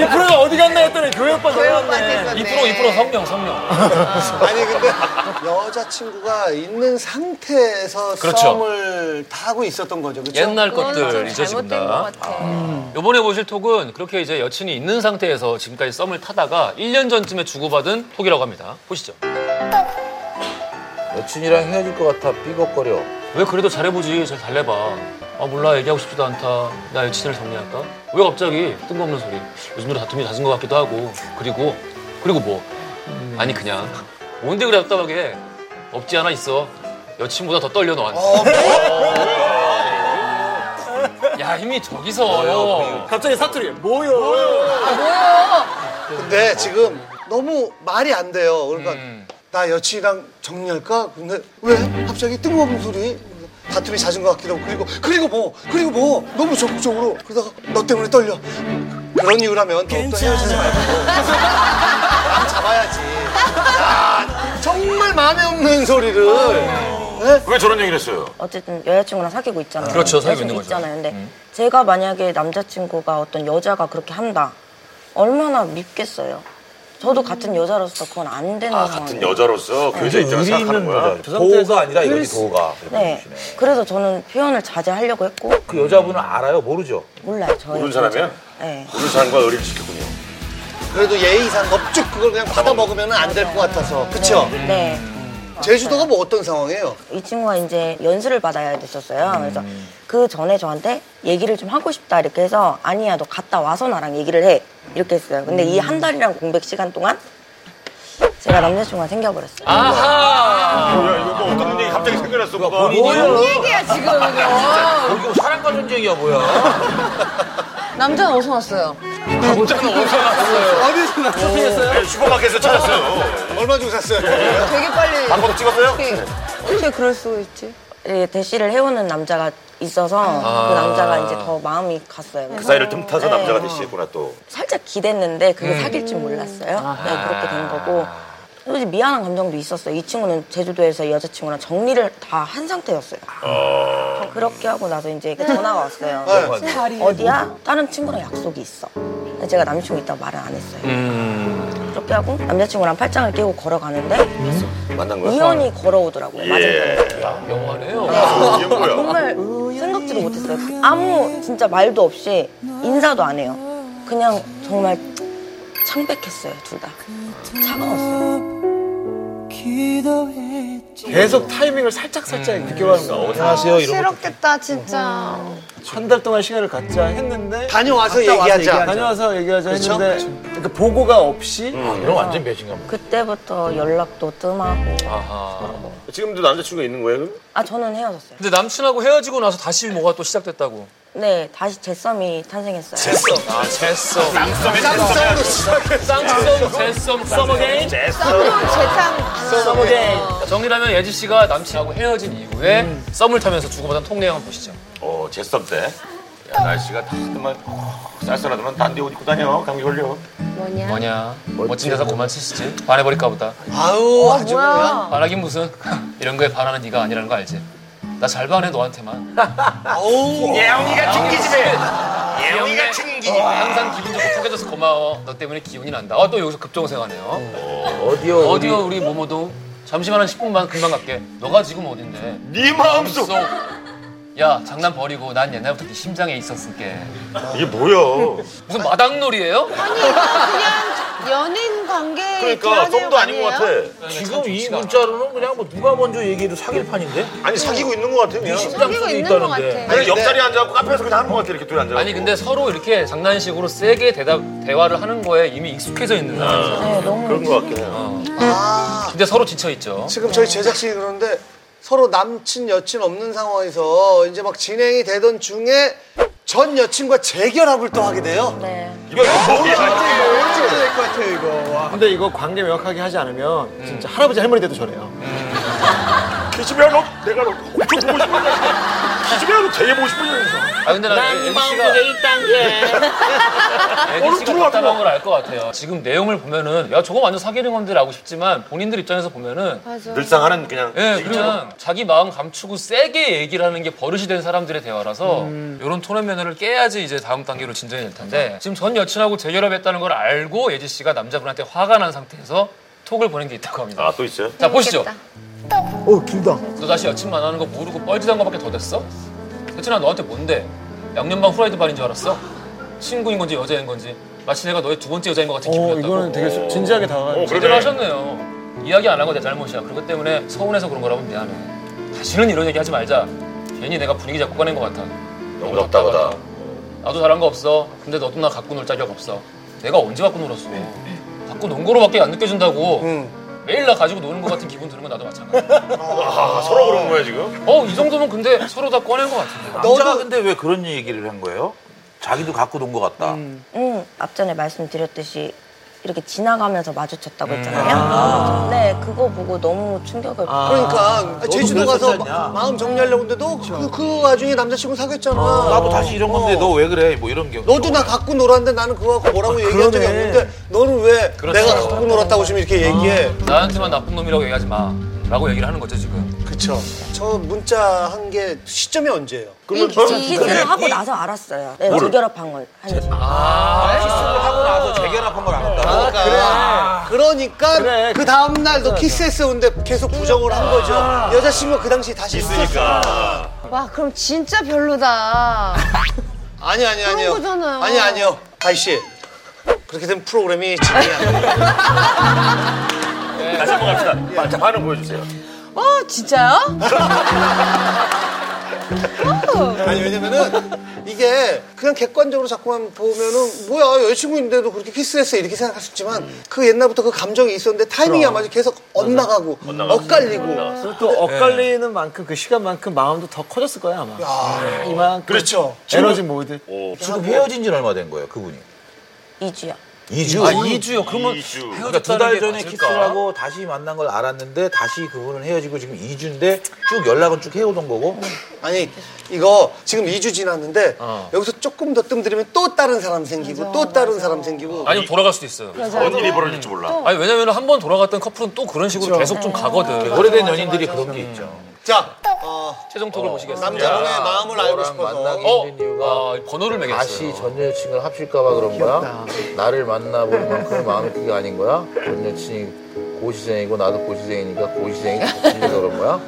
Speaker 8: 2%가 어디 갔나 했더니 교회 오빠 전화왔네.
Speaker 4: 2% 2% 성령 성령.
Speaker 7: 아니 근데 여자친구가 있는 상태에서
Speaker 4: 그렇죠.
Speaker 7: 썸을 타고 있었던 거죠. 그렇죠?
Speaker 4: 옛날
Speaker 10: 그건 좀
Speaker 4: 것들이죠 지금
Speaker 10: 잘못된 것
Speaker 4: 다.
Speaker 10: 같아.
Speaker 4: 요번에 보실 톡은 그렇게 이제 여친이 있는 상태에서 지금까지 썸을 타다가 1년 전쯤에 주고받은 톡이라고 합니다. 보시죠.
Speaker 6: 여친이랑 헤어질 것 같아 삐걱거려.
Speaker 4: 왜 그래도 잘해보지 잘 달래봐. 아 몰라 얘기하고 싶지도 않다. 나 여친을 정리할까? 왜 갑자기 뜬금없는 소리? 요즘 들어 다툼이 잦은 것 같기도 하고 그리고 그리고 뭐 아니 그냥 뭔데 그래 답답하게 없지 않아 있어. 여친보다 더 떨려 너한테. 야 힘이 저기서요.
Speaker 8: 갑자기 사투리 뭐요?
Speaker 7: 근데 지금 너무 말이 안 돼요. 그러니까
Speaker 4: 음.
Speaker 7: 나 여친이랑 정리할까? 근데 왜 갑자기 뜬금없는 소리? 다툼이 잦은 것 같기도 하고 그리고 그리고 뭐 그리고 뭐 너무 적극적으로 그러다가 너 때문에 떨려 그런 이유라면 더욱더 헤어지지 말고 마음 잡아야지 야, 정말 마음에 없는 소리를
Speaker 4: 아.
Speaker 7: 네?
Speaker 3: 왜 저런 얘기를 했어요?
Speaker 5: 어쨌든 여자친구랑 사귀고 있잖아요.
Speaker 4: 그렇죠, 사귀고 있는 거죠.
Speaker 5: 여자친구
Speaker 4: 음.
Speaker 5: 있잖아요. 근데 제가 만약에 남자친구가 어떤 여자가 그렇게 한다. 얼마나 밉겠어요. 저도 같은 여자로서 그건 안 되는
Speaker 3: 아
Speaker 5: 상황이에요.
Speaker 3: 같은 여자로서 교자 입장에서 생각하는 거야.
Speaker 6: 도가 아니라 이거지 도가.
Speaker 5: 네.
Speaker 3: 음.
Speaker 5: 그래서 저는 표현을 자제하려고 했고
Speaker 6: 그 여자분은 알아요? 모르죠?
Speaker 5: 몰라요. 저의
Speaker 3: 모르는 사람이야?
Speaker 5: 네.
Speaker 3: 모르는 사람과 의리를 지켰군요.
Speaker 7: 그래도 예의상 업죽 그걸 그냥 받아 먹으면 안 될 것 같아서 그쵸?
Speaker 5: 네.
Speaker 7: 제주도가 뭐 어떤 상황이에요?
Speaker 5: 이 친구가 이제 연수를 받아야 됐었어요.
Speaker 3: 음.
Speaker 5: 그래서 그 전에 저한테 얘기를 좀 하고 싶다 이렇게 해서 아니야 너 갔다 와서 나랑 얘기를 해 이렇게 했어요. 근데 이
Speaker 3: 음.
Speaker 5: 한 달이란 공백 시간 동안 제가 남자친구가 생겨버렸어요.
Speaker 4: 아하.
Speaker 3: 야 이거 뭐 어떤 얘기 갑자기 생각났어?
Speaker 6: 그러니까
Speaker 3: 뭐가?
Speaker 10: 얘기야 지금 이거.
Speaker 6: 어, 이거 사랑과 전쟁이야 뭐야.
Speaker 10: 남자는 어디서 왔어요?
Speaker 7: 어디서 났어요?
Speaker 3: 네, 슈퍼마켓에서 찾았어요.
Speaker 7: 얼마 주고 샀어요?
Speaker 10: 되게
Speaker 7: 아,
Speaker 10: 빨리
Speaker 3: 방법 찍었어요?
Speaker 10: 어떻게, 어떻게 그럴 수가 있지?
Speaker 5: 이 예, 대시를 해오는 남자가 있어서 그 남자가 이제 더 마음이 갔어요.
Speaker 3: 그
Speaker 5: 그래서
Speaker 3: 사이를 틈타서
Speaker 5: 네.
Speaker 3: 남자가 되시구나 또.
Speaker 5: 살짝 기댔는데 그게 사귈 줄 몰랐어요. 네, 그렇게 된 거고. 솔직히 미안한 감정도 있었어요. 이 친구는 제주도에서 여자친구랑 정리를 다 한 상태였어요. 저 그렇게 하고 나서 이제 전화가 왔어요.
Speaker 3: 네.
Speaker 5: 어디야? 다른 친구랑 약속이 있어. 근데 제가 남자친구 있다고 말을 안 했어요.
Speaker 3: 음.
Speaker 5: 그렇게 하고 남자친구랑 팔짱을 끼고 걸어가는데
Speaker 3: 만난 거야? 예.
Speaker 5: 우연히 걸어오더라고요. 맞아요.
Speaker 4: 영화네요.
Speaker 3: 아, 이게 뭐야?
Speaker 5: 정말 생각지도 못했어요. 아무 진짜 말도 없이 인사도 안 해요. 그냥 정말 창백했어요, 둘 다. 차가웠어요.
Speaker 8: 계속 타이밍을 살짝 살짝 느껴가는 거.
Speaker 6: 안녕하세요 이런 거.
Speaker 9: 싫었겠다 진짜.
Speaker 8: 한달 동안 시간을 갖자 했는데
Speaker 7: 다녀와서 얘기하자.
Speaker 8: 다녀와서 얘기하자 했는데 그러니까 보고가 없이
Speaker 6: 이런 완전 배신감.
Speaker 5: 그때부터 연락도 뜸하고.
Speaker 4: 아하.
Speaker 3: 지금도 남자친구가 있는 거예요? 그럼?
Speaker 5: 아, 저는 헤어졌어요.
Speaker 4: 근데 남친하고 헤어지고 나서 다시 뭐가 또 시작됐다고.
Speaker 5: 네, 다시 제썸이 탄생했어요.
Speaker 6: 아, 젬썸.
Speaker 9: 쌍썸.
Speaker 4: 쌍썸, 제썸, 써머게인.
Speaker 9: 재탕.
Speaker 4: 정리를 하면 예지 씨가 남친하고 헤어진 이후에 썸을 타면서 주고받은 통내 한번 보시죠.
Speaker 3: 어, 제썸 때. 야, 날씨가 정말 어, 쌀쌀하더만 딴 데 옷 입고 다녀. 감기 걸려.
Speaker 10: 뭐냐?
Speaker 4: 뭐냐? 멋진 가사 고만 치시지. 반해버릴까 보다.
Speaker 7: 아우 아주 그냥
Speaker 4: 반하긴 무슨. 이런 거에 반하는 네가 아니라는 거 알지? 나 잘 반해 너한테만.
Speaker 7: 아우 아,
Speaker 3: 예영이가 튕기집에. 예영이가
Speaker 4: 예영이가
Speaker 3: 튕기.
Speaker 4: 어, 항상 기분 좋고 포개져서 고마워. 너 때문에 기운이 난다. 어, 또 여기서 급정생하네요.
Speaker 6: 어디요?
Speaker 4: 어디요 우리 모모도? 잠시만 한 10분만 금방 갈게. 너가 지금 어딘데?
Speaker 3: 네 마음속.
Speaker 4: 야 장난 버리고 난 옛날부터 네 심장에 있었을게.
Speaker 3: 이게 뭐야?
Speaker 4: 무슨 마당놀이에요?
Speaker 9: 연인 관계.
Speaker 3: 그러니까 썸도 아닌 것 같아.
Speaker 6: 지금 이 문자로는 그냥 뭐 누가 먼저 얘기해도 사귈 판인데?
Speaker 8: 음.
Speaker 3: 아니 사귀고 있는 것 같아 그냥.
Speaker 9: 관계가 있는 것 같아.
Speaker 3: 그냥 옆자리에 앉아갖고 카페에서 그냥 하는 것 같아 이렇게 둘이 앉아.
Speaker 4: 아니 근데 서로 이렇게 장난식으로 세게 대답 대화를 하는 거에 이미 익숙해져 있는 사람이죠.
Speaker 5: 네, 너무
Speaker 3: 그런 것 같긴
Speaker 6: 음.
Speaker 3: 해요. 어.
Speaker 6: 아.
Speaker 4: 근데 서로 지쳐 있죠.
Speaker 7: 지금 저희 제작진이 그러는데 서로 남친 여친 없는 상황에서 이제 막 진행이 되던 중에 전 여친과 재결합을 또 하게 돼요.
Speaker 5: 네.
Speaker 3: 이거 뭐야?
Speaker 7: 어떻게 될것 같아요 이거. 와.
Speaker 8: 근데 이거 관계 명확하게 하지 않으면
Speaker 6: 음.
Speaker 8: 진짜 할아버지 할머니 돼도 저래요.
Speaker 3: 기집애야 너 내가 너 엄청 보고 싶은 거야. 기집애야 너 되게 보고 싶은 거야.
Speaker 4: 아 근데 나 애기 씨가 애기
Speaker 3: 얼음
Speaker 4: 씨가
Speaker 3: 들어와,
Speaker 4: 답답한
Speaker 3: 들어와.
Speaker 4: 걸 알 것 같아요. 지금 내용을 보면은 야 저거 완전 사귀는 건데라고 싶지만 본인들 입장에서 보면은
Speaker 3: 늘상 하는 그냥.
Speaker 4: 예,
Speaker 3: 얘기처럼.
Speaker 4: 그냥 자기 마음 감추고 세게 얘기를 하는 게 버릇이 된 사람들의 대화라서
Speaker 3: 음.
Speaker 4: 이런 톤의 면허를 깨야지 이제 다음 단계로 진전이 될 텐데 지금 전 여친하고 재결합했다는 걸 알고 예지 씨가 남자분한테 화가 난 상태에서 톡을 보낸 게 있다고 합니다.
Speaker 3: 아 또 있어요?
Speaker 4: 자 보시죠.
Speaker 8: 어 길다.
Speaker 4: 너 다시 여친 만나는 거 모르고 뻘짓한 거밖에 더 됐어? 여친아 너한테 뭔데? 양념반 후라이드 반인 줄 알았어? 친구인 건지 여자인 건지 마치 내가 너의 두 번째 여자인 것 같은
Speaker 8: 어
Speaker 4: 기분이었다고.
Speaker 8: 이거는 되게 수- 진지하게 다가가요.
Speaker 3: 어,
Speaker 4: 제대로
Speaker 3: 그러네.
Speaker 4: 하셨네요. 이야기 안 하고 내 잘못이야. 그것 때문에 서운해서 그런 거라면 미안해. 다시는 이런 얘기 하지 말자. 괜히 내가 분위기 잡고 가는 것 같아.
Speaker 3: 너무 답답하다.
Speaker 4: 나도 잘한 거 없어. 근데 너도 나 갖고 놀 자격 없어. 내가 언제 갖고 놀았어? 갖고 논 거로밖에 안 느껴진다고. 매일 나 가지고 노는 것 같은 기분 드는 건 나도 마찬가지.
Speaker 3: 아 서로 그런 거야 지금?
Speaker 4: 어, 이 정도면 근데 서로 다 꺼낸 것 같은데.
Speaker 6: 남자가 근데 왜 그런 얘기를 한 거예요? 자기도 갖고 논 것 같다.
Speaker 5: 음, 앞전에 말씀드렸듯이 이렇게 지나가면서 마주쳤다고 했잖아요. 네, 그거 보고 너무 충격을
Speaker 7: 그러니까 제주도
Speaker 6: 너도
Speaker 7: 가서
Speaker 6: 몇 살이냐?
Speaker 7: 마- 마음 정리하려고 했는데도 그, 그 와중에 남자친구 사귀었잖아.
Speaker 6: 나도 다시 이런 건데
Speaker 7: 어.
Speaker 6: 너 왜 그래? 뭐 이런 경우.
Speaker 7: 너도 나 갖고 놀았는데 나는 그거 갖고 뭐라고 얘기한 적이
Speaker 8: 그러네.
Speaker 7: 없는데 너는 왜
Speaker 4: 그렇죠.
Speaker 7: 내가 갖고 놀았다고 지금 이렇게 얘기해?
Speaker 4: 나한테만 나쁜 놈이라고 얘기하지 마. 라고 얘기를 하는 거죠, 지금.
Speaker 7: 그쵸. 저 문자 한 게 시점이 언제예요?
Speaker 5: 이 기준을 하고 나서 알았어요. 네, 재결합한 걸. 한지.
Speaker 4: 아.
Speaker 6: 아, 키스를 하고 나서 재결합한 걸 알았다.
Speaker 7: 아, 그래. 그러니까
Speaker 8: 그래.
Speaker 7: 그 다음날 너 키스했어 근데 계속 부정을 한 거죠. 여자친구가 그 당시 다시 있으니까.
Speaker 10: 와 그럼 진짜 별로다.
Speaker 7: 아니 아니 아니요.
Speaker 10: 거잖아요.
Speaker 7: 아니 아니요. 가희 씨. 그렇게 되면 프로그램이 진행이 안 돼요.
Speaker 3: 다시 한번 갑시다. 자 반응 보여주세요.
Speaker 9: 어, 진짜요?
Speaker 7: 아니 왜냐면은 이게 그냥 객관적으로 자꾸만 보면은 뭐야 여자친구인데도 그렇게 키스했어 이렇게 생각할 수 있지만 그 옛날부터 그 감정이 있었는데 타이밍이 안 맞아 계속 엇나가고 엇갈리고
Speaker 8: 그리고 또 엇갈리는
Speaker 6: 네.
Speaker 8: 만큼 그 시간만큼 마음도 더 커졌을 거야 아마. 네, 이만큼
Speaker 7: 그렇죠.
Speaker 8: 에너지 모드.
Speaker 6: 지금 헤어진 지 얼마 된 거예요, 그분이?
Speaker 5: 이주요.
Speaker 6: 2주?
Speaker 4: 아, 2주요? 그러면
Speaker 3: 이주.
Speaker 6: 그러니까
Speaker 4: 헤어졌다는
Speaker 6: 두 달
Speaker 4: 게
Speaker 6: 전에
Speaker 4: 맞을까?
Speaker 6: 키스를 하고 다시 만난 걸 알았는데 다시 그분은 헤어지고 지금 2주인데 쭉 연락은 쭉 해오던 거고
Speaker 7: 아니 이거 지금 2주 지났는데
Speaker 4: 어.
Speaker 7: 여기서 조금 더 뜸들이면 또 다른 사람 생기고 또 다른 사람 생기고
Speaker 4: 아니면 돌아갈 수도 있어요.
Speaker 6: 그러니까.
Speaker 3: 뭔 일이 벌어질지 몰라.
Speaker 4: 아니, 왜냐면 한 번 돌아갔던 커플은 또 그런 식으로 계속 좀 가거든.
Speaker 6: 예, 오래된 연인들이 그런 게 있죠.
Speaker 7: 자 어,
Speaker 4: 최종 톡을 보시겠습니다.
Speaker 7: 남자분의 마음을 알고
Speaker 6: 너랑
Speaker 7: 싶어서
Speaker 6: 만나기
Speaker 4: 어?
Speaker 6: 힘든 이유가
Speaker 4: 아, 번호를 매겼어요.
Speaker 6: 다시 전 여친을 합칠까봐 그런 거야? 나를 만나볼 만큼 마음이 그게 아닌 거야? 전 여친이 고시생이고 나도 고시생이니까 고시생이 고시생이라서 그런 거야?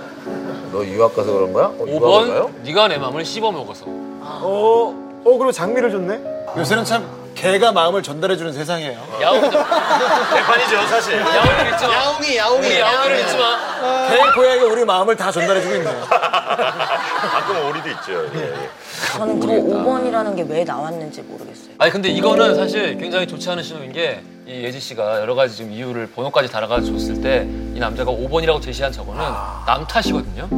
Speaker 6: 너 유학 가서 그런 거야? 어, 유학인가요?
Speaker 4: 5번 네가 내 마음을 씹어 먹어서.
Speaker 8: 어, 어 그리고 장미를 줬네. 어? 요새는 참 개가 마음을 전달해주는 세상이에요.
Speaker 4: 야옹도
Speaker 3: 대판이죠 사실.
Speaker 4: 야옹을 잊지 마.
Speaker 7: 야옹이 야옹이
Speaker 4: 우리 네, 야옹을 잊지 마.
Speaker 8: 개 고양이 우리 마음을 다 전달해주고 있네요.
Speaker 11: 어,
Speaker 3: 가끔 오리도 있죠. 예, 예.
Speaker 5: 저는 저 5번이라는 게 왜 나왔는지 모르겠어요.
Speaker 4: 아니 근데 이거는 사실 굉장히 좋지 않은 신호인 게 이 예지 씨가 여러 가지 지금 이유를 번호까지 아. 달아가 줬을 때 이 남자가 5번이라고 제시한 저거는 남 탓이거든요.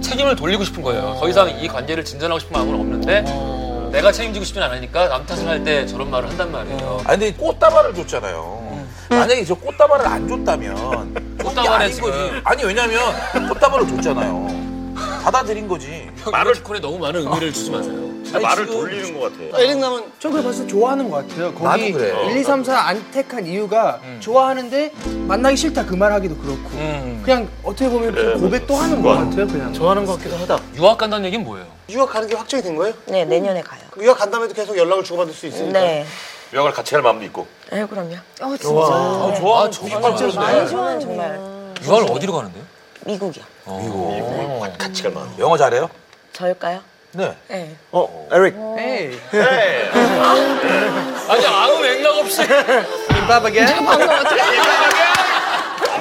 Speaker 4: 책임을 돌리고 싶은 거예요. 더 이상 이 관계를 진전하고 싶은 마음은 없는데 내가 책임지고 싶진 않으니까 남 탓을 할 때 저런 말을 한단 말이에요.
Speaker 6: 아니 근데 꽃다발을 줬잖아요. 만약에 저 꽃다발을 안 줬다면
Speaker 4: 꽃다발에
Speaker 6: 아닌 거지.
Speaker 4: 지금-
Speaker 6: 아니 왜냐면 꽃다발을 줬잖아요. 받아들인 거지.
Speaker 4: 말을 티콘에 너무 많은 의미를 주지 마세요.
Speaker 3: 말을 돌리는 것 같아.
Speaker 7: 에릭남은
Speaker 11: 저 그걸 벌써 좋아하는 것 같아요. 거기
Speaker 6: 나도 그래.
Speaker 11: 1, 2, 3, 4 안 택한 이유가
Speaker 8: 음.
Speaker 11: 좋아하는데 만나기 싫다 그 말하기도 그렇고
Speaker 4: 음.
Speaker 11: 그냥 어떻게 보면 좀
Speaker 8: 네.
Speaker 11: 고백 또 하는 것
Speaker 8: 음.
Speaker 11: 같아요. 그냥
Speaker 8: 좋아하는 것 같기도 하다.
Speaker 4: 유학 간다는 얘기는 뭐예요?
Speaker 7: 유학 가는 게 확정이 된 거예요?
Speaker 5: 네, 내년에 가요.
Speaker 7: 유학 간 다음에도 계속 연락을 주고받을 수 있으니까.
Speaker 5: 네.
Speaker 3: 명을 같이 할 마음도 있고.
Speaker 5: 네, 그럼요.
Speaker 10: 어 진짜.
Speaker 4: 아, 좋아. 아, 정말
Speaker 5: 많이 어, 좋아하는 정말
Speaker 4: 유학을 어디로 가는데요?
Speaker 5: 미국이요.
Speaker 3: 같이 갈 마음.
Speaker 6: 영어 잘해요?
Speaker 5: 저일까요?
Speaker 6: 네.
Speaker 5: 네.
Speaker 8: 어, 에릭.
Speaker 11: 에이,
Speaker 4: 아니 아무 맥락 없이
Speaker 11: 김밥 again?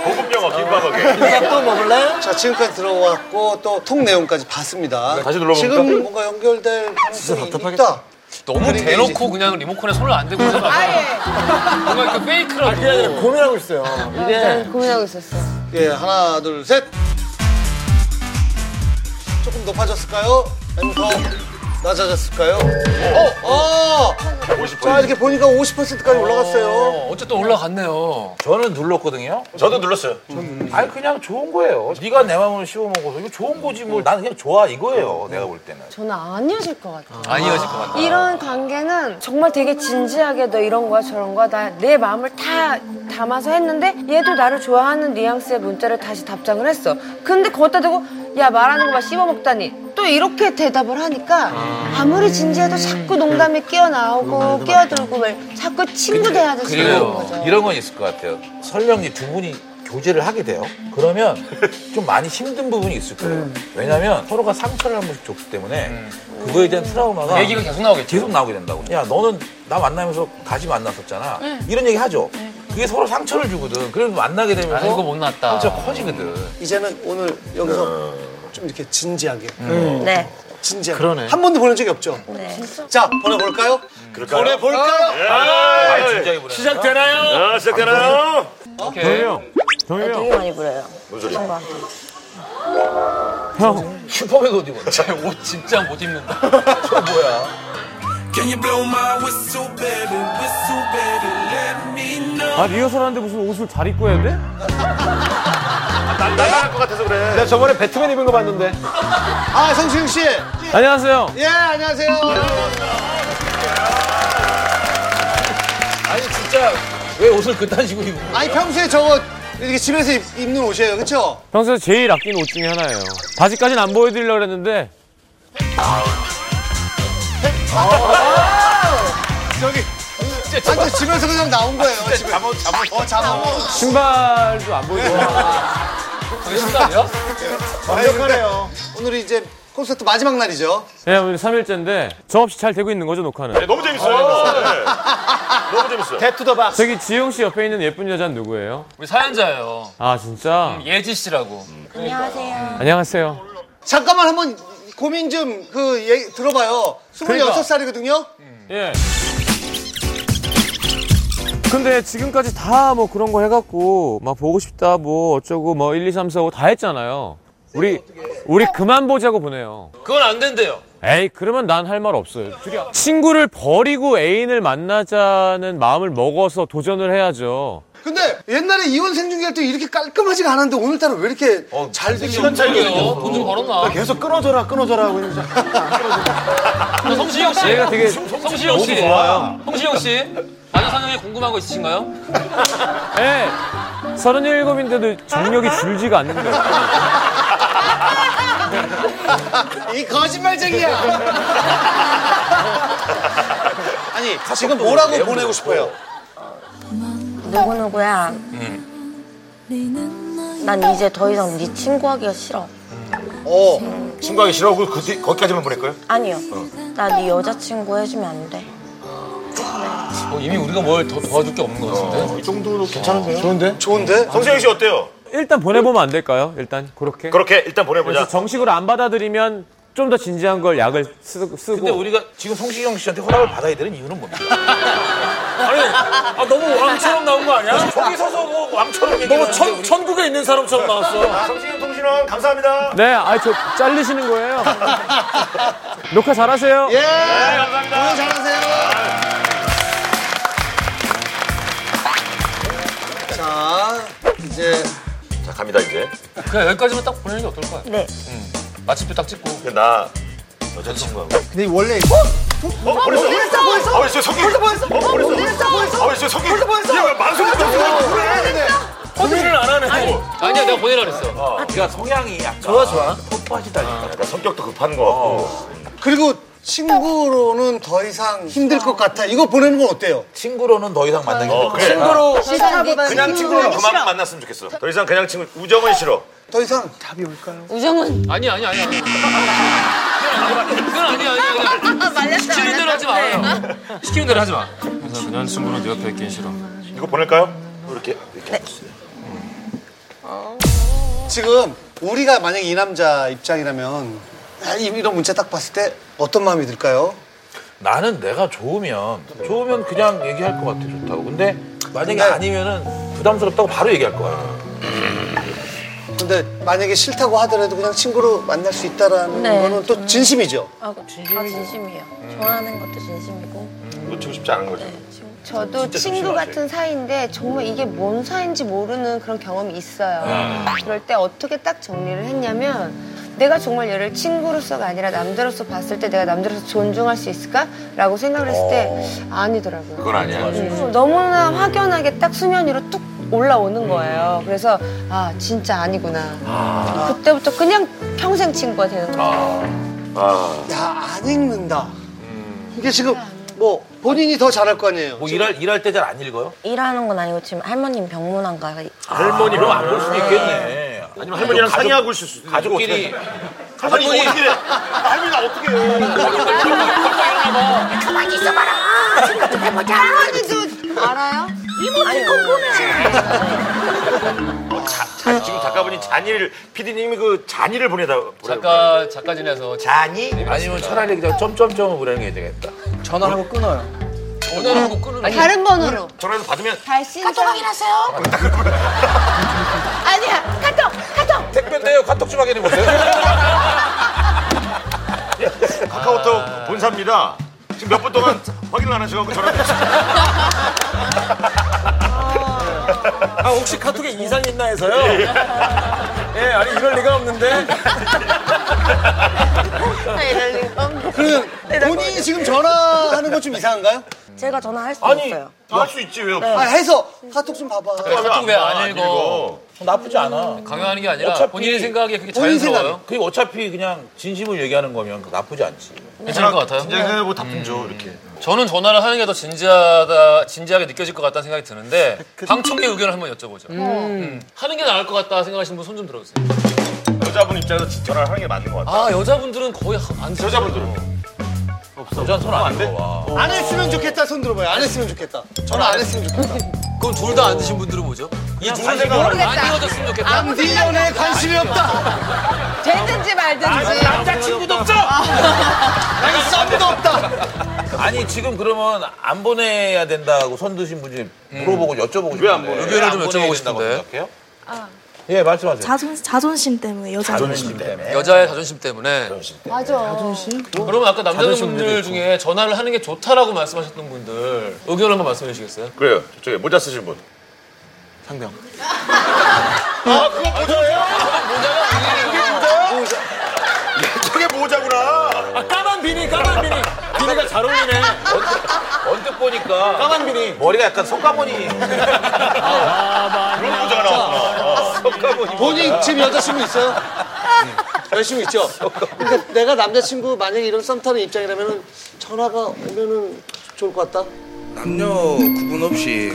Speaker 3: 고급 영어 김밥하게.
Speaker 8: 또 먹을래?
Speaker 7: 자 지금까지 들어왔고 또 통 내용까지 봤습니다.
Speaker 6: 다시 눌러볼까?
Speaker 7: 지금 뭔가 연결될 가능성이 있다.
Speaker 4: 너무
Speaker 7: 그러니까
Speaker 4: 대놓고 그냥 리모컨에 손을 안 대고 있잖아. 뭔가 이렇게 페이크라고.
Speaker 8: 고민하고 있어요. 네. 이게
Speaker 10: 고민하고 있었어.
Speaker 7: 예 하나 둘 셋. 조금 높아졌을까요? 아니면 더 낮아졌을까요? 어, 어. 자 이렇게 보니까 50%까지 올라갔어요.
Speaker 4: 어, 어쨌든 올라갔네요.
Speaker 6: 저는 눌렀거든요.
Speaker 3: 저도 눌렀어요.
Speaker 6: 아니 그냥 좋은 거예요. 네가 내 마음을 씹어 먹어서 이거 좋은 거지 뭐. 나는 그냥 좋아 이거예요. 내가 볼 때는.
Speaker 10: 저는 안 이어질 것 같아.
Speaker 4: 안 이어질 것 같다.
Speaker 10: 이런 관계는 정말 되게 진지하게 너 이런 거야 저런 거야 나 내 마음을 다 담아서 했는데 얘도 나를 좋아하는 뉘앙스의 문자를 다시 답장을 했어 근데 거기다 대고 야 말하는 거만 씹어먹다니 또 이렇게 대답을 하니까 아무리 진지해도 자꾸 농담이 끼어나오고 끼어들고 막 자꾸 친구 대하듯이 되는
Speaker 6: 그리고
Speaker 10: 거죠
Speaker 6: 이런 건 있을 것 같아요. 설령 이 두 분이 교제를 하게 돼요. 그러면 좀 많이 힘든 부분이 있을 거예요. 왜냐면 서로가 상처를 한 번씩 줬기 때문에 그거에 대한 트라우마가
Speaker 4: 음. 얘기가 계속 나오겠죠.
Speaker 6: 계속 나오게 된다고. 야, 너는 나 만나면서 다시 만났었잖아. 이런 얘기 하죠. 네. 그게 서로 상처를 주거든. 그래서 만나게
Speaker 4: 아,
Speaker 6: 되면서
Speaker 4: 이거 못 났다.
Speaker 6: 상처가 커지거든.
Speaker 7: 이제는 오늘 여기서 좀 이렇게 진지하게
Speaker 5: 네.
Speaker 7: 진지하게
Speaker 8: 그러네.
Speaker 7: 한 번도 보낸 적이 없죠. 자 보내볼까요?
Speaker 3: 그럴까요?
Speaker 7: 보내볼까요?
Speaker 3: 예. 아,
Speaker 6: 진작에 보내.
Speaker 4: 시작되나요?
Speaker 3: 아, 시작되나요?
Speaker 4: 오케이.
Speaker 5: 네, 되게 많이 부려요.
Speaker 3: 무슨 소리?
Speaker 6: 슈퍼맨 어디 보내?
Speaker 4: 옷 진짜 못 입는다.
Speaker 6: 저 뭐야?
Speaker 8: 아 리허설 하는데 무슨 옷을 잘 입고 해야 돼?
Speaker 3: 난 나갈 것 같아서 그래.
Speaker 8: 나 저번에 배트맨 입은 거 봤는데.
Speaker 7: 아 성수영 씨.
Speaker 8: 안녕하세요.
Speaker 7: 예 안녕하세요.
Speaker 6: 아니 진짜 왜 옷을 그딴 식으로 입고?
Speaker 7: 아니 평소에 저거 이렇게 집에서 입, 는 옷이에요, 그렇죠?
Speaker 8: 평소에 제일 아끼는 옷 중에 하나예요. 바지까지는 안 보여드리려고 했는데
Speaker 7: 저기
Speaker 6: 네,
Speaker 7: 아니 저 집에서 그냥 나온 거예요. 집에. 잠옷, 잠옷, 어 잠옷.
Speaker 8: 신발도 안 보여드리고.
Speaker 4: 그게 신발이야?
Speaker 6: 아,
Speaker 7: 완벽하네요. 오늘 이제 콘서트 마지막 날이죠.
Speaker 8: 네, 오늘 3일째인데 저 없이 잘 되고 있는 거죠 녹화는.
Speaker 3: 네, 너무 재밌어요. 네. 너무 재밌어요.
Speaker 8: 저기 지용 씨 옆에 있는 예쁜 여자는 누구예요?
Speaker 4: 우리 사연자예요.
Speaker 8: 아 진짜.
Speaker 4: 예지 씨라고.
Speaker 8: 안녕하세요.
Speaker 7: 잠깐만 한번 고민 좀 그 얘기 들어봐요. 26살이거든요.
Speaker 8: 예. 근데 지금까지 다 뭐 그런 거 해갖고 막 보고 싶다 뭐 어쩌고 뭐 1, 2, 3, 4, 5 다 했잖아요. 우리 우리 그만 보자고 보내요.
Speaker 4: 그건 안 된대요.
Speaker 8: 에이 그러면 난 할 말 없어요. 친구를 버리고 애인을 만나자는 마음을 먹어서 도전을 해야죠.
Speaker 7: 근데 옛날에 이혼 생중계할 때 이렇게 깔끔하지가 않았는데 오늘따라 왜 이렇게
Speaker 6: 어,
Speaker 7: 잘 되죠?
Speaker 4: 그래요. 돈좀 벌었나?
Speaker 8: 아, 계속 끊어져라 끊어져라 하고 있는
Speaker 4: 어, 성시경 씨.
Speaker 8: 얘가 되게
Speaker 4: 성시경 씨. 성시경 씨. 아니 상영에 궁금한 거 있으신가요?
Speaker 8: 예. 37인데도 정력이 줄지가 않는데.
Speaker 7: 이 거짓말쟁이야. 아니 지금 뭐라고 보내고 싶어요?
Speaker 5: 누구누구야.
Speaker 4: 네.
Speaker 5: 난 이제 더 이상 네 친구 하기가 싫어.
Speaker 7: 어.
Speaker 3: 친구하기 싫어하고 그, 뒤- 거기까지만 보낼 거예요?
Speaker 5: 아니요. 나 네 여자친구 해주면 안 돼.
Speaker 4: 어, 이미 우리가 뭘 더 도와줄 게 없는 것 같은데.
Speaker 3: 이 정도로 괜찮은데요?
Speaker 8: 좋은데?
Speaker 7: 좋은데?
Speaker 6: 아,
Speaker 3: 성세영 씨 어때요?
Speaker 8: 일단 보내보면 안 될까요? 일단 그렇게.
Speaker 3: 그렇게 일단
Speaker 8: 그래서
Speaker 3: 보내보자.
Speaker 8: 정식으로 안 받아들이면 좀 더 진지한 걸 약을 쓰, 쓰고
Speaker 12: 근데 우리가 지금 성시경 씨한테 허락을 받아야 되는 이유는 뭡니까? 아니, 아, 너무 왕처럼 나온 거 아니야? 저기 서서 뭐 왕처럼 얘기하는
Speaker 4: 너무 천, 천국에 있는 사람처럼
Speaker 12: 아,
Speaker 4: 나왔어.
Speaker 12: 성시경 통신원 감사합니다.
Speaker 8: 네, 아, 저 잘리시는 거예요. 녹화 잘하세요. 예,
Speaker 12: 감사합니다.
Speaker 7: 오늘 잘하세요. 자, 이제
Speaker 12: 자, 갑니다, 이제.
Speaker 4: 그냥 여기까지만 딱 보내는 게 어떨까요?
Speaker 5: 네.
Speaker 4: 마침표 딱 찍고.
Speaker 12: 근데 나 여자친구하고.
Speaker 7: 근데 원래
Speaker 12: 어, 버렸어.
Speaker 7: 보냈어, 보냈어.
Speaker 12: 아, 왜 진짜 성격.
Speaker 7: 벌써 보냈어.
Speaker 12: 어, 버렸어.
Speaker 7: 보냈어, 보냈어.
Speaker 12: 아, 왜 진짜 성격.
Speaker 7: 벌써 아, 보냈어.
Speaker 12: 얘왜 만성이
Speaker 7: 보냈어.
Speaker 12: 고민을 안 하네.
Speaker 4: 아니야, 내가 보내라 그랬어.
Speaker 12: 그러니까 성향이 약간.
Speaker 4: 좋아, 좋아.
Speaker 12: 뽀뽀하시다니까. 약간 성격도 급한 거 같고.
Speaker 6: 어,
Speaker 7: 그리고 친구로는 더 이상 힘들 것 같아. 이거 보내는 건 어때요?
Speaker 6: 친구로는 더 이상 만나기
Speaker 12: 어,
Speaker 7: 네.
Speaker 12: 그래.
Speaker 7: 친구로
Speaker 12: 그냥 친구는 그만 만났으면 좋겠어. 더 이상 그냥 친구 우정은 싫어.
Speaker 7: 더 이상
Speaker 11: 답이 올까요?
Speaker 5: 우정은
Speaker 4: 아니, 아니, 아니. 아니. 그건 아니야, 아니야, 아니야. 시키는 대로 하지 마요. 네. 시키는 대로 하지 마.
Speaker 12: 그 난 친구는 네 옆에 있긴 싫어. 이거 보낼까요? 이렇게 이렇게.
Speaker 7: 네. 지금 우리가 만약 이 남자 입장이라면 아, 이- 이런 문자 딱 봤을 때 어떤 마음이 들까요?
Speaker 6: 나는 내가 좋으면 좋으면 그냥 얘기할 것 같아 좋다고. 근데 만약에
Speaker 7: 근데-
Speaker 6: 아니면은 부담스럽다고 바로 얘기할 것 같아.
Speaker 7: 근데 만약에 싫다고 하더라도 그냥 친구로 만날 수 있다라는
Speaker 5: 네.
Speaker 7: 거는 또 진심이죠.
Speaker 5: 아, 그- 아, 진심이에요.
Speaker 4: 음.
Speaker 5: 좋아하는 것도 진심이고.
Speaker 12: 놓치고 싶지 않은 거지.
Speaker 10: 저도
Speaker 12: 진짜
Speaker 10: 친구
Speaker 12: 조심하세요.
Speaker 10: 같은 사이인데 정말 이게 뭔 사이인지 모르는 그런 경험이 있어요.
Speaker 12: 아.
Speaker 10: 그럴 때 어떻게 딱 정리를 했냐면 내가 정말 얘를 친구로서가 아니라 남자로서 봤을 때 내가 남자로서 존중할 수 있을까라고 생각을 했을 때
Speaker 12: 어.
Speaker 10: 아니더라고요.
Speaker 6: 그건 아니야.
Speaker 10: 음, 너무나 확연하게 딱 수면 위로 뚝 올라오는 거예요. 그래서 아 진짜 아니구나. 그때부터 그냥 평생 친구가 되는 거예요.
Speaker 12: 아.
Speaker 7: 야 안 읽는다. 이게 지금 뭐 본인이 더 잘할 거 아니에요.
Speaker 6: 뭐 일할 일할 때 잘 안 읽어요?
Speaker 5: 일하는 건 아니고 지금 할머님 병문안가
Speaker 6: 할머니 그럼 어, 안 볼 수도 있겠네.
Speaker 12: 아니면 할머니랑 상의하고 있을 수도 있고.
Speaker 6: 가족끼리
Speaker 12: 할머니 어떻게 해? 할머니 나 어떻게 해?
Speaker 5: 가만히 있어봐라. 생각 좀 해보자. 할머니도 알아요? 이모티콘 보내.
Speaker 12: 어, 자, 자, 지금 작가분이 잔이를 PD님이 그 잔이를 보내다 보내.
Speaker 4: 작가, 작가진에서
Speaker 12: 잔이
Speaker 6: 아니면 차라리 그냥 점점점을 보내는 게 되겠다.
Speaker 11: 전화하고 끊어요.
Speaker 4: 전화를 하고 끊으는 거야.
Speaker 10: 다른 번호로
Speaker 12: 전화해서 받으면
Speaker 10: 발신
Speaker 5: 카톡이라서요.
Speaker 10: 아니야 카톡 카톡
Speaker 6: 택배인데요. 카톡 좀 확인해 보세요.
Speaker 12: 카카오톡
Speaker 6: 아.
Speaker 12: 본사입니다. 지금 몇 분 동안 확인을 안 하셔가지고 전화.
Speaker 4: 아, 혹시 카톡에 이상 있나 해서요? 예, 아니, 이럴 리가 없는데.
Speaker 7: 그러면 본인이 지금 전화하는 건 좀 이상한가요?
Speaker 5: 제가 전화할 수
Speaker 6: 아니,
Speaker 5: 있어요.
Speaker 12: 뭐 할 수 있지 왜?
Speaker 7: 아 해서 카톡 좀 봐봐.
Speaker 4: 카톡
Speaker 13: 네,
Speaker 4: 왜안 읽어?
Speaker 6: 나쁘지 않아.
Speaker 4: 강요하는 게 아니라
Speaker 6: 어차피
Speaker 4: 본인의 생각에 그게
Speaker 7: 본인
Speaker 4: 자연스러워요.
Speaker 6: 그게 어차피 그냥 진심을 얘기하는 거면 나쁘지 않지.
Speaker 4: 괜찮을 것 같아요. 네.
Speaker 12: 진짜
Speaker 13: 네.
Speaker 12: 그 해보고 답좀 줘 이렇게.
Speaker 13: 음.
Speaker 4: 저는 전화를 하는 게 더 진지하다, 진지하게 느껴질 것 같다는 생각이 드는데
Speaker 12: 그
Speaker 4: 방청객 의견을 한번 여쭤보죠. 음, 하는 게 나을 것 같다 생각하시는 분 손 좀 들어주세요.
Speaker 12: 여자분 입장에서 진- 전화를 하는 게 맞는 것 같아.
Speaker 4: 아 여자분들은 거의 안 쓰죠.
Speaker 12: 여자분들은
Speaker 6: 여자는 손안 들어와.
Speaker 7: 안 했으면 좋겠다 손 들어봐요. 안 했으면 좋겠다. 전화 안 했으면 좋겠다.
Speaker 4: 그럼 둘 다 안 드신 분들은 뭐죠? 이 둘은
Speaker 12: 관심 모르겠다.
Speaker 4: 안 이어졌으면 좋겠다.
Speaker 7: 안디언에 관심이 없다.
Speaker 10: 됐는지 말든지
Speaker 6: 남자친구도 없어.
Speaker 7: 아니 썸도 없다.
Speaker 6: 아니 지금 그러면 안 보내야 된다고 손 드신 분이 물어보고 여쭤보고 싶은데
Speaker 12: 왜안 보내요?
Speaker 6: 의견을 좀
Speaker 4: 안
Speaker 6: 여쭤보고
Speaker 4: 보내야
Speaker 6: 싶다고
Speaker 4: 된다고
Speaker 6: 생각해요? 예 말씀하세요.
Speaker 1: 자존, 자존심 때문에 여자
Speaker 6: 자존심 때문에.
Speaker 4: 여자의 자존심 때문에. 그러면 아까 남자분들 중에 전화를 하는 게 좋다라고 말씀하셨던 분들 의견 한번 말씀해 주시겠어요?
Speaker 12: 그래요. 저기 모자 쓰신 분.
Speaker 11: 상병.
Speaker 12: 저게 모자구나.
Speaker 4: 아 까만 비니 까만 비니 비니가 잘 어울리네.
Speaker 6: 언뜻 보니까
Speaker 4: 까만 비니.
Speaker 6: 머리가 약간 속가모니
Speaker 12: 그런 모자가 나왔구나.
Speaker 6: 속가모니
Speaker 12: 네.
Speaker 7: 본인 지금 여자친구 있어요?
Speaker 13: 네.
Speaker 7: 여자친구 있죠? 그러니까 내가 남자친구 만약에 이런 썸 타는 입장이라면 전화가 오면은 좋을 것 같다.
Speaker 14: 남녀
Speaker 12: 음.
Speaker 14: 구분 없이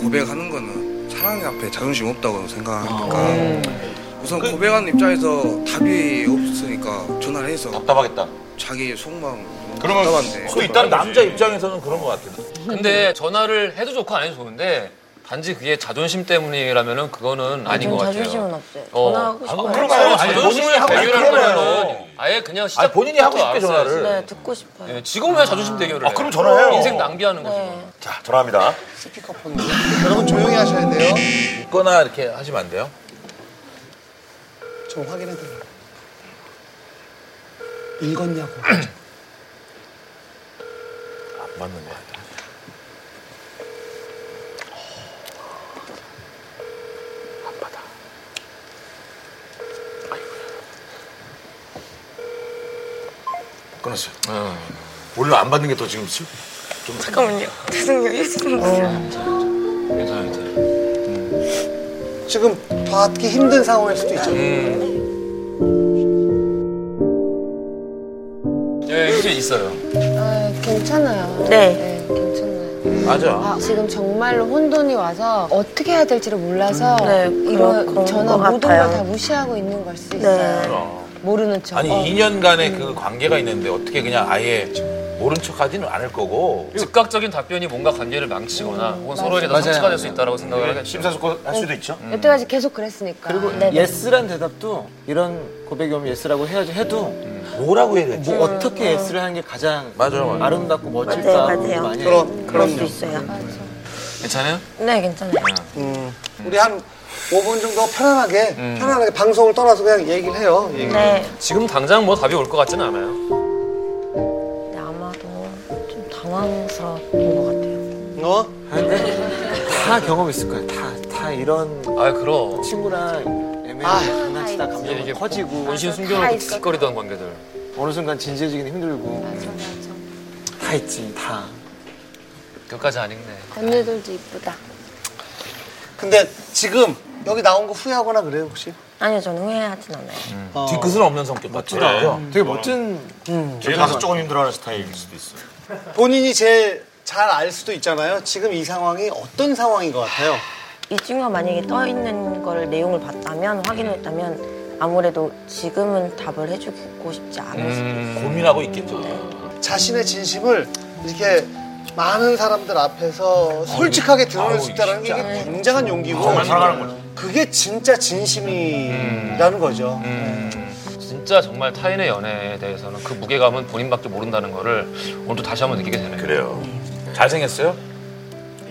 Speaker 14: 고백하는 거는 사랑 앞에 자존심 없다고 생각하니까
Speaker 12: 아.
Speaker 14: 우선
Speaker 12: 그
Speaker 14: 고백하는 입장에서 답이 없으니까 전화를 해서
Speaker 6: 답답하겠다.
Speaker 14: 자기 속마음
Speaker 12: 아. 그러면
Speaker 14: 답답한데
Speaker 12: 소
Speaker 6: 일단
Speaker 12: 있다는
Speaker 6: 남자
Speaker 12: 거지.
Speaker 6: 입장에서는 그런 것 같아.
Speaker 4: 근데 전화를 해도 좋고 안 해도 좋은데 단지 그게 자존심 때문이라면은 그거는 아닌 것
Speaker 5: 저는
Speaker 4: 같아요.
Speaker 5: 자존심은 없어요.
Speaker 4: 어. 아,
Speaker 5: 전화하고 싶어요.
Speaker 4: 그런 거 아니에요?
Speaker 6: 본인이 하고
Speaker 4: 자존심을
Speaker 6: 싶은
Speaker 4: 배려라는
Speaker 6: 거예요.
Speaker 4: 거는 아예 그냥 시작.
Speaker 12: 아니, 본인이 하고 싶게 전화를.
Speaker 5: 네, 듣고 싶어요.
Speaker 4: 예, 지금 왜 자존심 대결을
Speaker 12: 아,
Speaker 4: 해요?
Speaker 12: 그럼 전화해요.
Speaker 4: 인생 낭비하는
Speaker 5: 네.
Speaker 4: 뭐. 거죠.
Speaker 12: 자, 전화합니다.
Speaker 7: 여러분 조용히 하셔야 돼요.
Speaker 12: 네.
Speaker 6: 웃거나 이렇게 하시면 안 돼요?
Speaker 7: 좀 확인해드려요. 읽었냐고.
Speaker 12: 음. 맞는 거 같아.
Speaker 6: 끊었어요.
Speaker 13: 아, 네.
Speaker 6: 원래 안 받는 게 더 지금 슬- 좀
Speaker 5: 잠깐만요. 죄송해요.
Speaker 6: 괜찮아요. 괜찮아요.
Speaker 7: 지금 받기 힘든 상황일 수도 있죠.
Speaker 12: 네.
Speaker 4: 예, 이게 있어요.
Speaker 10: 아, 괜찮아요.
Speaker 5: 네.
Speaker 10: 괜찮아요.
Speaker 6: 맞아.
Speaker 10: 아, 지금 정말로 혼돈이 와서 어떻게 해야 될지를 몰라서
Speaker 5: 네, 그런-
Speaker 10: 이런
Speaker 5: 그런
Speaker 10: 전화
Speaker 5: 것
Speaker 10: 모든 걸
Speaker 5: 같아요.
Speaker 10: 다 무시하고 있는 걸 수 있어요.
Speaker 6: 그럼.
Speaker 10: 모르는 척.
Speaker 6: 아니
Speaker 10: 어.
Speaker 6: 2년간의 그 관계가 있는데 어떻게 그냥 아예 모른 척하지는 않을 거고
Speaker 4: 즉각적인 답변이 뭔가 관계를 망치거나 혹은 서로에게 더
Speaker 6: 맞아요,
Speaker 4: 상처가 될
Speaker 6: 맞아요.
Speaker 4: 수 있다라고 생각을
Speaker 6: 네,
Speaker 4: 하겠죠.
Speaker 13: 심사숙고할
Speaker 5: 어.
Speaker 13: 수도 있죠.
Speaker 6: 음.
Speaker 10: 여태까지 계속 그랬으니까.
Speaker 13: 그리고
Speaker 12: 네.
Speaker 13: 네. 예스란 대답도 이런 고백이 오면 예스라고 해야지 해도
Speaker 6: 뭐라고 해야 되지?
Speaker 13: 뭐 어떻게 예스를 하는 게 가장
Speaker 6: 맞아요, 맞아요.
Speaker 13: 아름답고 멋질까
Speaker 5: 음. 맞아요, 맞아요.
Speaker 13: 많이
Speaker 7: 그럼, 그럴 수
Speaker 5: 있어요.
Speaker 4: 괜찮아요?
Speaker 5: 네, 괜찮아요.
Speaker 7: 음. 우리 한 5분 정도 편안하게
Speaker 4: 음.
Speaker 7: 편안하게 방송을 떠나서 그냥 얘기를 해요. 얘기를.
Speaker 5: 네.
Speaker 4: 지금 당장 뭐 답이 올 것 같지는 않아요.
Speaker 5: 근데 아마도 좀 당황스러웠던 것 같아요.
Speaker 7: 어?
Speaker 13: 다 경험 있을 거야. 다, 다 이런
Speaker 4: 아 그럼
Speaker 13: 친구랑 애매하게 아, 장난치다 뭐, 감정이 커지고
Speaker 4: 본신
Speaker 13: 다
Speaker 4: 숨겨놓고
Speaker 13: 있어.
Speaker 4: 틱거리던 관계들.
Speaker 13: 어느 순간 진지해지긴 힘들고 다 있지 다.
Speaker 4: 끝까지 안 읽네.
Speaker 10: 언니들도 이쁘다.
Speaker 7: 근데 지금 여기 나온 거 후회하거나 그래요 혹시?
Speaker 5: 아니요, 저는 후회하진 않아요.
Speaker 13: 어.
Speaker 6: 뒤끝은 없는 성격
Speaker 13: 멋지다.
Speaker 6: 같아요.
Speaker 13: 되게 멋진
Speaker 7: 뒤에
Speaker 13: 에
Speaker 7: 가서 조금
Speaker 13: 힘들어하는 스타일일 수도 있어요.
Speaker 7: 본인이 제일 잘 알 수도 있잖아요. 지금 이 상황이 어떤 상황인 것 같아요?
Speaker 5: 이 친구가 만약에 떠 있는 걸 내용을 봤다면 확인했다면 아무래도 지금은 답을 해주고 싶지 않을 수도 있어요.
Speaker 6: 고민하고 있겠죠.
Speaker 7: 자신의 진심을 이렇게 많은 사람들 앞에서 솔직하게 드러낼 수 있다는 게 이게 굉장한 용기고
Speaker 4: 정말 사랑하는 음. 거지.
Speaker 7: 그게 진짜 진심이라는 거죠.
Speaker 4: 진짜 정말 타인의 연애에 대해서는 그 무게감은 본인밖에 모른다는 거를 오늘도 다시 한번 느끼게 되네요.
Speaker 13: 그래요.
Speaker 12: 잘생겼어요?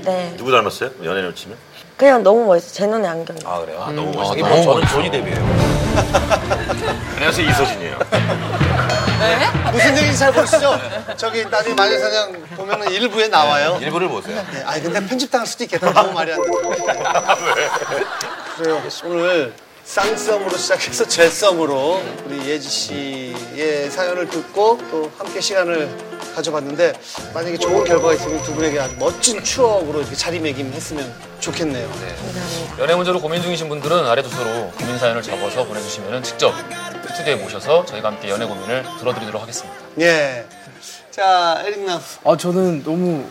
Speaker 5: 네.
Speaker 13: 누구 닮았어요? 연애를 치면?
Speaker 5: 그냥 너무 멋있어. 제 눈에 안경. 아,
Speaker 12: 그래요?
Speaker 13: 아,
Speaker 12: 너무
Speaker 13: 멋있다.
Speaker 12: 뭐 저는
Speaker 13: 멋있다.
Speaker 12: 존이 데뷔예요.
Speaker 13: 안녕하세요 이서진이에요.
Speaker 7: 무슨 얘기인지 잘 보시죠? 저기 나중에 마녀사냥 보면은 일부에 나와요.
Speaker 6: 일부를 보세요.
Speaker 7: 네, 아니 근데 편집당할 수도 있겠다. 너무 말이 안 돼. 그래요. 오늘 쌍썸으로 시작해서 죄썸으로 우리 예지 씨의 사연을 듣고 또 함께 시간을 가져봤는데 만약에 좋은 결과가 있으면 두 분에게 아주 멋진 추억으로 이렇게 자리매김했으면 좋겠네요.
Speaker 4: 연애 문제로 고민 중이신 분들은 아래 주소로 고민 사연을 적어서 보내주시면 직접 스튜디오에 모셔서 저희가 함께 연애 고민을 들어드리도록 하겠습니다.
Speaker 7: 예. 자, 에릭남.
Speaker 11: 아 저는 너무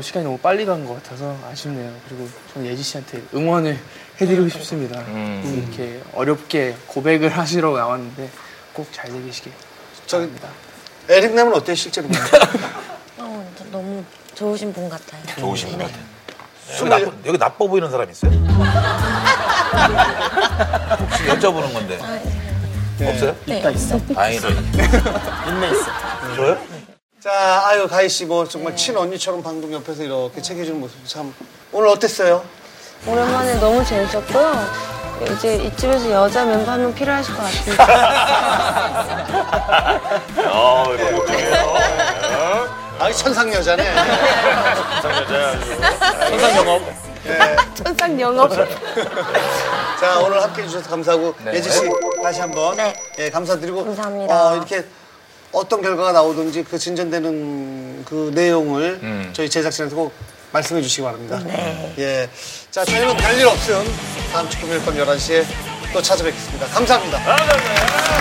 Speaker 11: 재밌었고요. 시간이 너무 빨리 간 것 같아서 아쉽네요. 그리고 저는 예지 씨한테 응원을 해드리고 싶습니다.
Speaker 13: 음.
Speaker 11: 이렇게 어렵게 고백을 하시러 나왔는데 꼭 잘 되시길.
Speaker 7: 저기 에릭남은 어때요 실제로?
Speaker 5: 어, 저 너무 좋으신 분 같아요.
Speaker 12: 좋으신 분
Speaker 5: 네.
Speaker 12: 같아요. 여기, 나, 여기 나빠 보이는 사람 있어요?
Speaker 6: 혹시 여쭤보는 건데 없어요?
Speaker 5: 네, 있다, 있어.
Speaker 6: 다행이다.
Speaker 7: 있네 있어.
Speaker 6: 저요?
Speaker 7: 자, 아유 가희 씨 뭐 정말 친언니처럼 방송 옆에서 이렇게 챙겨주는 모습 참 오늘 어땠어요?
Speaker 10: 오랜만에 너무 재밌었고요. 이제 이쯤에서 여자 멤버 한 명 필요하실 것 같은데.
Speaker 13: 아 이거
Speaker 7: 아이 천상 여자네. 천상 여자.
Speaker 4: 천상 영업.
Speaker 10: 천상 영업.
Speaker 7: 네. 자 오늘 함께해 주셔서 감사하고
Speaker 4: 네.
Speaker 7: 예지 씨 다시 한번 예 감사드리고 감사합니다. 이렇게 어떤 결과가 나오든지 그 진전되는 그 내용을
Speaker 4: 음.
Speaker 7: 저희 제작진한테 꼭 말씀해 주시기 바랍니다.
Speaker 5: 네.
Speaker 7: 예. 자 저희는 별일 없음 다음 주 금요일 밤 11시에 또 찾아뵙겠습니다. 감사합니다.